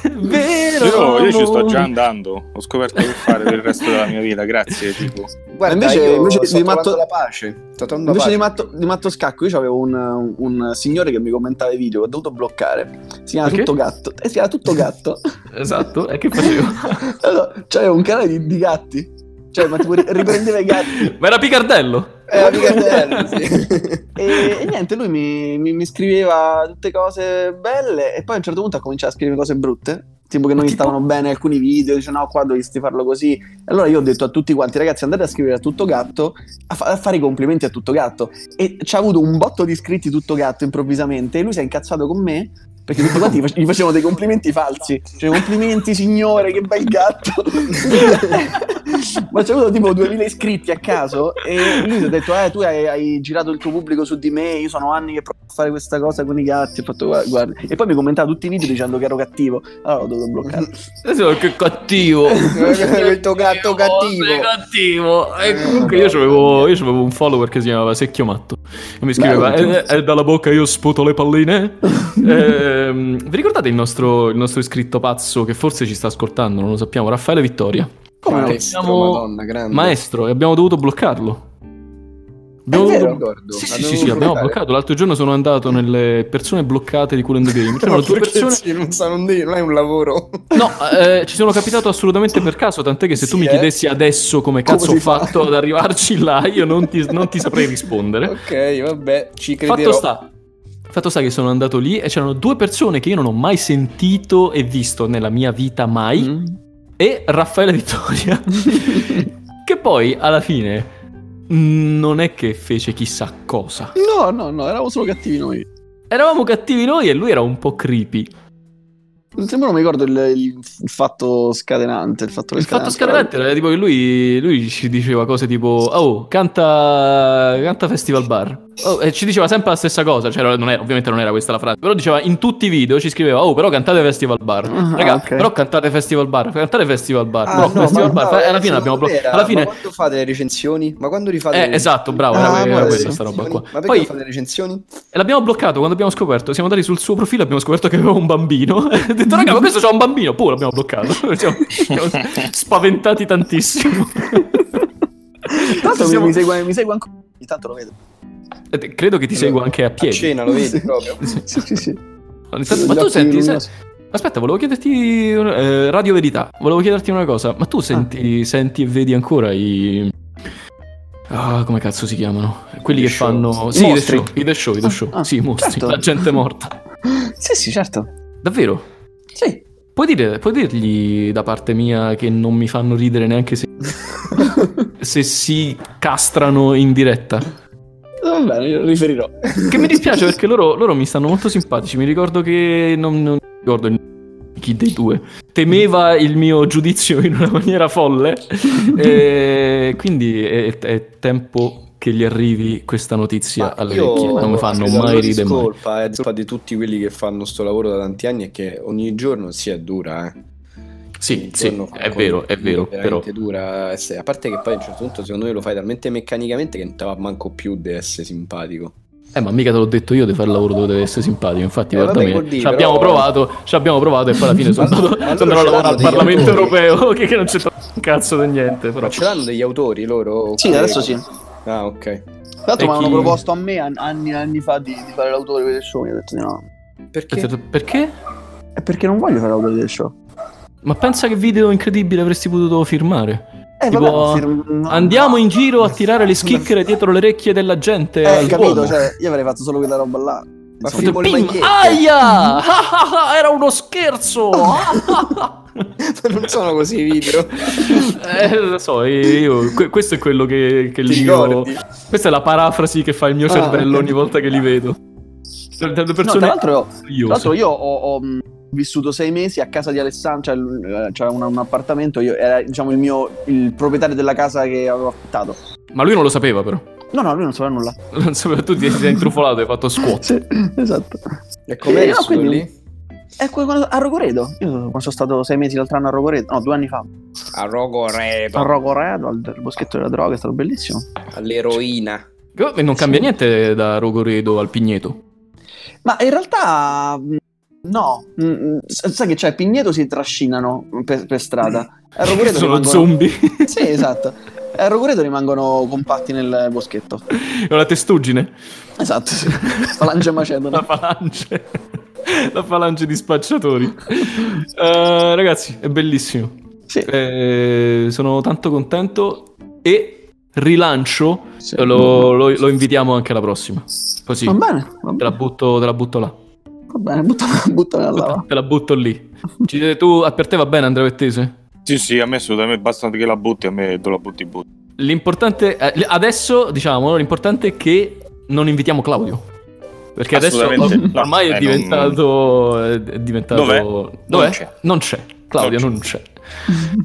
Speaker 1: vero.
Speaker 3: Io, io ci sto
Speaker 1: amore.
Speaker 3: già andando. Ho scoperto che fare per il resto della mia vita. Grazie, Tico.
Speaker 4: Guarda,
Speaker 2: Invece-
Speaker 4: io
Speaker 2: invece
Speaker 4: sto
Speaker 2: di
Speaker 4: trovando
Speaker 2: Matto-
Speaker 4: la pace. Sto trovando la
Speaker 2: Invece di
Speaker 4: pace.
Speaker 2: matto, di matto scacco, io avevo un, un signore che mi commentava i video, ho dovuto bloccare. Si chiama
Speaker 1: Perché?
Speaker 2: Tutto Gatto. E si chiama Tutto Gatto. *laughs*
Speaker 1: Esatto, e che facevo?
Speaker 2: Allora, cioè, un canale di, di gatti. Cioè, ma tipo ri- riprendeva i gatti.
Speaker 1: Ma era Picardello?
Speaker 4: Eh, amica Terra, sì.
Speaker 2: e, e niente, lui mi, mi- mi scriveva tutte cose belle e poi a un certo punto ha cominciato a scrivermi cose brutte. Tipo che non gli
Speaker 1: Tipo?
Speaker 2: stavano bene alcuni video, dice no, qua dovresti farlo così. E allora io ho detto a tutti quanti, ragazzi, andate a scrivere a tutto gatto, a, fa- a fare i complimenti a tutto gatto. E c'ha avuto un botto di iscritti tutto gatto improvvisamente. E lui si è incazzato con me perché tutti quanti gli face- gli facevano dei complimenti falsi. Cioè, complimenti signore, che bel gatto. *laughs* Ma c'è avuto tipo 2000 iscritti a caso e lui si è detto, eh, tu hai, hai girato il tuo pubblico su di me, io sono anni che provo a fare questa cosa con i gatti. Ho fatto, "Guarda, guarda. E poi mi commentava tutti i video dicendo che ero cattivo. Allora ho dovuto
Speaker 4: *laughs*
Speaker 2: bloccare.
Speaker 1: Adesso che cattivo.
Speaker 4: Questo gatto cattivo. Eh,
Speaker 1: Sei cattivo. E comunque io avevo, io c'avevo un follower che si chiamava Secchio Matto. E mi scriveva:
Speaker 2: Bello.
Speaker 1: "Eh, eh, dalla bocca io sputo le
Speaker 4: *laughs*
Speaker 1: palline. Ehm, vi ricordate il nostro, il nostro iscritto pazzo che forse ci sta ascoltando? Non lo sappiamo, Raffaele Vittoria.
Speaker 2: Come no?
Speaker 4: Maestro,
Speaker 1: Siamo-
Speaker 4: Madonna, grande.
Speaker 1: Maestro, e abbiamo dovuto bloccarlo.
Speaker 2: È vero?
Speaker 4: Non me lo
Speaker 1: dovuto-
Speaker 4: ricordo.
Speaker 1: Sì,
Speaker 4: Ma
Speaker 1: sì, sì,
Speaker 4: dovevo
Speaker 1: sì, abbiamo
Speaker 4: bloccare.
Speaker 1: bloccato. L'altro giorno sono andato nelle persone bloccate di Cool and the
Speaker 4: *laughs*
Speaker 1: Game. C'erano
Speaker 4: No,
Speaker 1: due
Speaker 4: perché
Speaker 1: persone
Speaker 4: sì, non, sa, non, devi- non è un lavoro.
Speaker 1: No, eh, ci sono capitato assolutamente per caso, tant'è che se tu
Speaker 4: Sì,
Speaker 1: mi
Speaker 4: eh?
Speaker 1: chiedessi adesso come
Speaker 2: Come
Speaker 1: cazzo
Speaker 2: si
Speaker 1: ho
Speaker 2: fa?
Speaker 1: fatto ad arrivarci là, Ah, io non ti, non ti saprei
Speaker 2: *laughs*
Speaker 1: rispondere.
Speaker 4: ok, vabbè, ci
Speaker 1: Fatto
Speaker 4: crederò.
Speaker 1: sta, fatto sta che sono andato lì e c'erano due persone che io non ho mai sentito e visto nella mia vita mai,
Speaker 2: Mm.
Speaker 4: Mm.
Speaker 1: e Raffaele
Speaker 2: *laughs*
Speaker 1: Vittoria, che poi alla fine mh, non è che fece chissà cosa.
Speaker 2: No, no, no, eravamo solo cattivi noi.
Speaker 1: Eravamo cattivi noi e lui era un po' creepy.
Speaker 2: Non sembra non mi ricordo il, il- il fatto scatenante. Il fatto,
Speaker 1: Il fatto scatenante era tipo che lui, lui ci diceva cose tipo Oh, canta, canta Festival Bar Oh, E ci diceva sempre la stessa cosa cioè, non era- Ovviamente non era questa la frase Però diceva in tutti i video ci scriveva Oh, però cantate Festival Bar
Speaker 2: Ah,
Speaker 1: Raga,
Speaker 2: ok.
Speaker 1: però cantate Festival Bar Cantate Festival Bar
Speaker 4: Ah,
Speaker 1: No,
Speaker 4: no,
Speaker 1: Festival
Speaker 4: ma-
Speaker 1: Bar
Speaker 4: no,
Speaker 1: Alla fine
Speaker 4: secondo
Speaker 1: l'abbiamo
Speaker 4: me era-
Speaker 1: bloccato Alla
Speaker 4: Ma
Speaker 1: fine
Speaker 4: quando fate le recensioni? Ma quando rifate
Speaker 1: eh,
Speaker 4: le
Speaker 1: esatto, bravo,
Speaker 2: Ah,
Speaker 1: era, era
Speaker 2: guarda,
Speaker 1: questa
Speaker 2: sì.
Speaker 1: sta roba
Speaker 4: Ma
Speaker 1: qua.
Speaker 4: perché
Speaker 1: Poi
Speaker 4: fate le recensioni?
Speaker 1: l'abbiamo bloccato quando abbiamo scoperto. Siamo andati sul suo profilo, abbiamo scoperto che aveva un bambino. *laughs* Ho detto, raga, ma questo c'ha un bambino. Poi l'abbiamo bloccato. *laughs* Siamo, siamo spaventati tantissimo.
Speaker 2: Tanto mi,
Speaker 1: Siamo-
Speaker 2: mi segue, mi segue ancora. Ogni tanto lo vedo.
Speaker 1: Eh, Credo che ti
Speaker 4: Allora,
Speaker 1: segua anche a
Speaker 4: A
Speaker 1: piedi.
Speaker 4: cena lo vedi
Speaker 1: *laughs*
Speaker 4: proprio.
Speaker 2: *laughs* Sì, sì, sì.
Speaker 1: Ogni tanto- Ma tu senti. se- Aspetta, volevo chiederti. eh, Radio Verità. Volevo chiederti una cosa. Ma tu senti,
Speaker 2: Ah.
Speaker 1: senti e vedi ancora i. Ah, come cazzo si chiamano? Quelli
Speaker 4: The
Speaker 1: che
Speaker 4: show.
Speaker 1: fanno. Sì, i The
Speaker 2: Mostri.
Speaker 1: Show. I The Show, i The
Speaker 2: Ah,
Speaker 1: Show.
Speaker 2: ah,
Speaker 1: sì, i mostri.
Speaker 2: certo.
Speaker 1: La gente morta.
Speaker 2: Sì, sì, certo.
Speaker 1: Davvero?
Speaker 2: Sì.
Speaker 1: Puoi, dire- puoi dirgli da parte mia che non mi fanno ridere neanche
Speaker 2: *laughs*
Speaker 1: se, se si castrano in diretta?
Speaker 2: Va
Speaker 4: Eh,
Speaker 2: bene, io riferirò.
Speaker 1: Che mi dispiace perché loro, loro mi stanno molto simpatici. Mi ricordo che. Non, non ricordo il- chi dei due. Temeva il mio giudizio in una maniera folle. e quindi è, è tempo che gli arrivi questa notizia
Speaker 4: Ma
Speaker 1: alle
Speaker 4: io-
Speaker 1: orecchie. Non mi fanno
Speaker 4: credo
Speaker 1: mai
Speaker 4: la
Speaker 1: ridere. mai.
Speaker 4: Colpa è colpa di tutti quelli che fanno sto lavoro da tanti anni e che ogni giorno si è dura, eh.
Speaker 1: Sì,
Speaker 4: Ogni
Speaker 1: sì,
Speaker 4: giorno
Speaker 1: è
Speaker 4: con-
Speaker 1: vero, è vero. Però.
Speaker 4: veramente dura essere- a parte che poi a un certo punto secondo me lo fai talmente meccanicamente che non te va manco più di essere simpatico.
Speaker 1: Eh, ma mica te l'ho detto io di fare il lavoro dove deve essere simpatico. Infatti,
Speaker 4: Eh,
Speaker 1: guarda
Speaker 4: vabbè,
Speaker 1: me,
Speaker 4: vuol dire,
Speaker 1: ci abbiamo
Speaker 4: però- eh.
Speaker 1: provato, ci abbiamo provato e poi alla fine sono
Speaker 4: Ma-
Speaker 1: andato,
Speaker 4: ma loro
Speaker 1: sono andato a
Speaker 4: ce
Speaker 1: lavorare al
Speaker 4: l'hanno degli
Speaker 1: Parlamento *laughs*
Speaker 4: autori.
Speaker 1: europeo. Che, che non c'entra un cazzo di niente. Però.
Speaker 4: Ma ce l'hanno degli autori loro?
Speaker 2: Sì,
Speaker 4: Oppure-
Speaker 2: adesso sì.
Speaker 4: Ah, ok.
Speaker 2: Tra l'altro
Speaker 1: E
Speaker 2: mi hanno
Speaker 1: chi-
Speaker 2: proposto a me an- anni e anni fa di, di fare l'autore per il show, io ho detto di no.
Speaker 4: Perché? *laughs*
Speaker 1: Perché? Perché?
Speaker 2: È perché non voglio fare l'autore del show.
Speaker 1: Ma pensa che video incredibile avresti potuto firmare.
Speaker 2: Eh,
Speaker 1: Tipo,
Speaker 2: vabbè, se- no.
Speaker 1: Andiamo in giro a tirare le schicchere dietro le orecchie della gente.
Speaker 2: Eh,
Speaker 1: al
Speaker 2: capito,
Speaker 1: uomo.
Speaker 2: cioè, io avrei fatto solo quella roba là.
Speaker 4: Ma
Speaker 1: Ho detto,
Speaker 4: firmo il
Speaker 1: "Pim,
Speaker 2: *laughs*
Speaker 4: maglietto."
Speaker 1: aia! Ah, ah, ah, *laughs* Era uno scherzo! Ah, ah, ah.
Speaker 4: non sono così i video.
Speaker 1: *laughs* Eh, lo so, io, que- questo è quello che, che
Speaker 4: Ti
Speaker 1: io-
Speaker 4: ricordi?
Speaker 1: Questa è la parafrasi che fa il mio
Speaker 2: Ah,
Speaker 1: cervello
Speaker 2: ok.
Speaker 1: ogni volta che li vedo. Per- per
Speaker 2: No, tra
Speaker 1: persone
Speaker 2: l'altro,
Speaker 1: io,
Speaker 2: Tra l'altro io ho, ho, mh, vissuto sei mesi a casa di Alessandro, cioè, eh, cioè un, un appartamento, io, era diciamo il mio, il proprietario della casa che avevo affittato.
Speaker 1: Ma lui non lo sapeva però.
Speaker 2: No, no, lui non sapeva nulla.
Speaker 1: Non sapeva, tu ti sei intrufolato e hai fatto
Speaker 2: *laughs*
Speaker 1: squat.
Speaker 2: Sì, *clears throat* esatto.
Speaker 4: E com'è
Speaker 2: Eh, no,
Speaker 4: vissuto
Speaker 2: quindi-
Speaker 4: lì?
Speaker 2: E que- quando- a Rogoredo, io quando sono stato sei mesi l'altro anno a Rogoredo, no, due anni fa,
Speaker 4: A Rogo
Speaker 2: a
Speaker 4: Redo,
Speaker 2: Rogoredo, al al boschetto della droga, è stato bellissimo.
Speaker 4: all'eroina.
Speaker 1: E non cambia niente da Rogoredo al Pigneto.
Speaker 2: Ma in realtà mh, no, Mm, mm, s- sai che c'è, Pigneto si trascinano per, per strada. A Rogoredo
Speaker 1: Mm. *laughs* Sono
Speaker 2: rimangono...
Speaker 1: zombie.
Speaker 2: *laughs* Sì, esatto. A Rogoredo rimangono compatti nel boschetto.
Speaker 1: È una testuggine.
Speaker 2: Esatto, sì. falange
Speaker 1: La
Speaker 2: macedone.
Speaker 1: falange. *laughs* La falange di spacciatori. Eh, ragazzi, è bellissimo.
Speaker 2: Sì.
Speaker 1: Eh, sono tanto contento e rilancio.
Speaker 2: Sì.
Speaker 1: Lo, lo- lo invitiamo anche alla prossima. Così.
Speaker 2: Va
Speaker 1: Te
Speaker 2: bene, va
Speaker 1: la
Speaker 2: bene,
Speaker 1: butto, te la butto là.
Speaker 2: va bene, buttala, buttala alla lava.
Speaker 1: Te la butto lì. Ci- tu, per te va bene Andrea Vettese?
Speaker 3: Sì, sì, a me assolutamente basta che la butti, a me te la butti butti.
Speaker 1: L'importante, eh, adesso diciamo, l'importante è che non invitiamo Claudio. Perché adesso
Speaker 3: Assolutamente.
Speaker 1: or-
Speaker 3: No,
Speaker 1: ormai è,
Speaker 3: eh, non-
Speaker 1: diventato, è diventato.
Speaker 3: Dov'è?
Speaker 1: Dov'è?
Speaker 3: Non c'è.
Speaker 1: Non c'è. Claudio non
Speaker 3: Non
Speaker 1: c'è.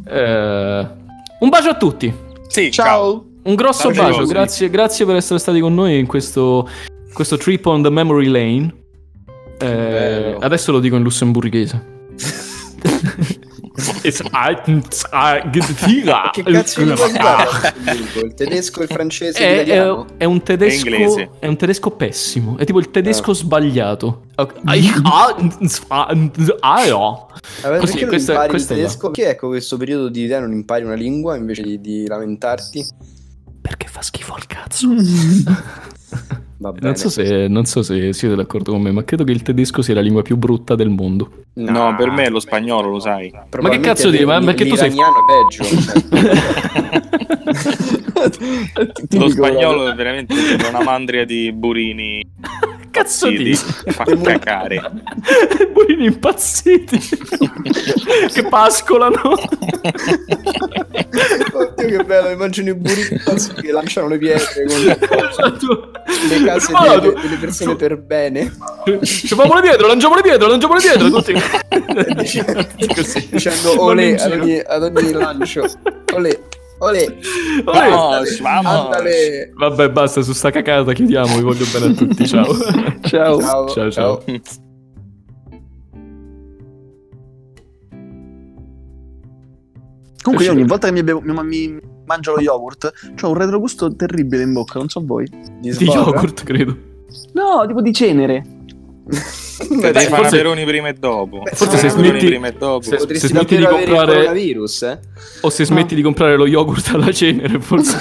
Speaker 1: Eh, un bacio a tutti.
Speaker 3: Sì,
Speaker 2: Ciao.
Speaker 1: Un grosso
Speaker 3: Ciao,
Speaker 1: bacio.
Speaker 3: Giuseppe.
Speaker 1: Grazie, grazie per essere stati con noi in questo, questo trip on the memory lane. Eh,
Speaker 4: Bello.
Speaker 1: adesso lo dico in lussemburghese. che
Speaker 4: *laughs*
Speaker 1: Ah,
Speaker 4: Che cazzo di lingua si parla? Il tedesco, il francese,
Speaker 1: è, eh,
Speaker 4: l'italiano?
Speaker 1: è- è un tedesco
Speaker 3: È inglese.
Speaker 1: è un tedesco pessimo è tipo il tedesco sbagliato *laughs* Ok. ah,
Speaker 4: Ah, beh,
Speaker 1: Così,
Speaker 4: perché non
Speaker 1: questo è-
Speaker 4: impari il
Speaker 1: questo è
Speaker 4: tedesco? Perché ecco questo periodo di te non impari una lingua invece di, di lamentarti?
Speaker 1: perché fa schifo al cazzo
Speaker 4: *laughs* Va bene.
Speaker 1: non so, se, non so se siete d'accordo con me ma credo che il tedesco sia la lingua più brutta del mondo
Speaker 3: No, per me è lo spagnolo, lo sai.
Speaker 1: Ma che cazzo
Speaker 4: di
Speaker 1: dici? Ma perché tu sei-
Speaker 4: L'iraniano è peggio.
Speaker 1: *laughs*
Speaker 3: Lo
Speaker 2: Tipico,
Speaker 3: spagnolo è veramente una mandria di burini
Speaker 1: cazzo
Speaker 3: impazziti.
Speaker 1: dici *laughs*
Speaker 3: Fa cacare.
Speaker 1: burini
Speaker 3: *laughs*
Speaker 1: impazziti che pascolano
Speaker 4: Oddio che bello, immagino
Speaker 1: *laughs*
Speaker 4: i burini pazzi che lanciano le pietre con le case
Speaker 1: Vado.
Speaker 4: delle, delle persone
Speaker 1: *laughs*
Speaker 4: per bene.
Speaker 1: Ci facciamole dietro, lanciamole dietro, lanciamole dietro. Tutti Così.
Speaker 4: Dicendo
Speaker 1: Non
Speaker 4: olè
Speaker 1: in
Speaker 4: ad
Speaker 1: giro.
Speaker 4: ogni, ad ogni
Speaker 1: *laughs*
Speaker 4: lancio. Olè, olè,
Speaker 1: Olè.
Speaker 3: Vamos, vamos.
Speaker 4: andale.
Speaker 1: Vabbè, basta, su sta cacata chiudiamo. Vi voglio bene a tutti. Ciao.
Speaker 2: *laughs*
Speaker 4: Cioè,
Speaker 2: Ciao.
Speaker 4: Ciao,
Speaker 1: Ciao, ciao.
Speaker 4: ciao.
Speaker 2: Comunque io ogni volta che mi, bevo- mi- mi mangio lo yogurt, c'ho un retrogusto terribile in bocca, non so voi.
Speaker 4: Di
Speaker 1: Di
Speaker 4: sbarra.
Speaker 1: yogurt, credo.
Speaker 2: No, tipo di cenere.
Speaker 3: Te
Speaker 1: Beh,
Speaker 3: dei
Speaker 1: forse-
Speaker 3: fanaperoni prima e dopo.
Speaker 4: forse se
Speaker 3: Fanaperoni
Speaker 1: smetti-
Speaker 3: prima e dopo.
Speaker 1: se-
Speaker 4: Potresti
Speaker 1: se smetti di
Speaker 4: davvero avere il
Speaker 1: comprare-
Speaker 4: coronavirus, eh? *laughs*
Speaker 1: O se smetti di comprare lo yogurt alla cenere, forse.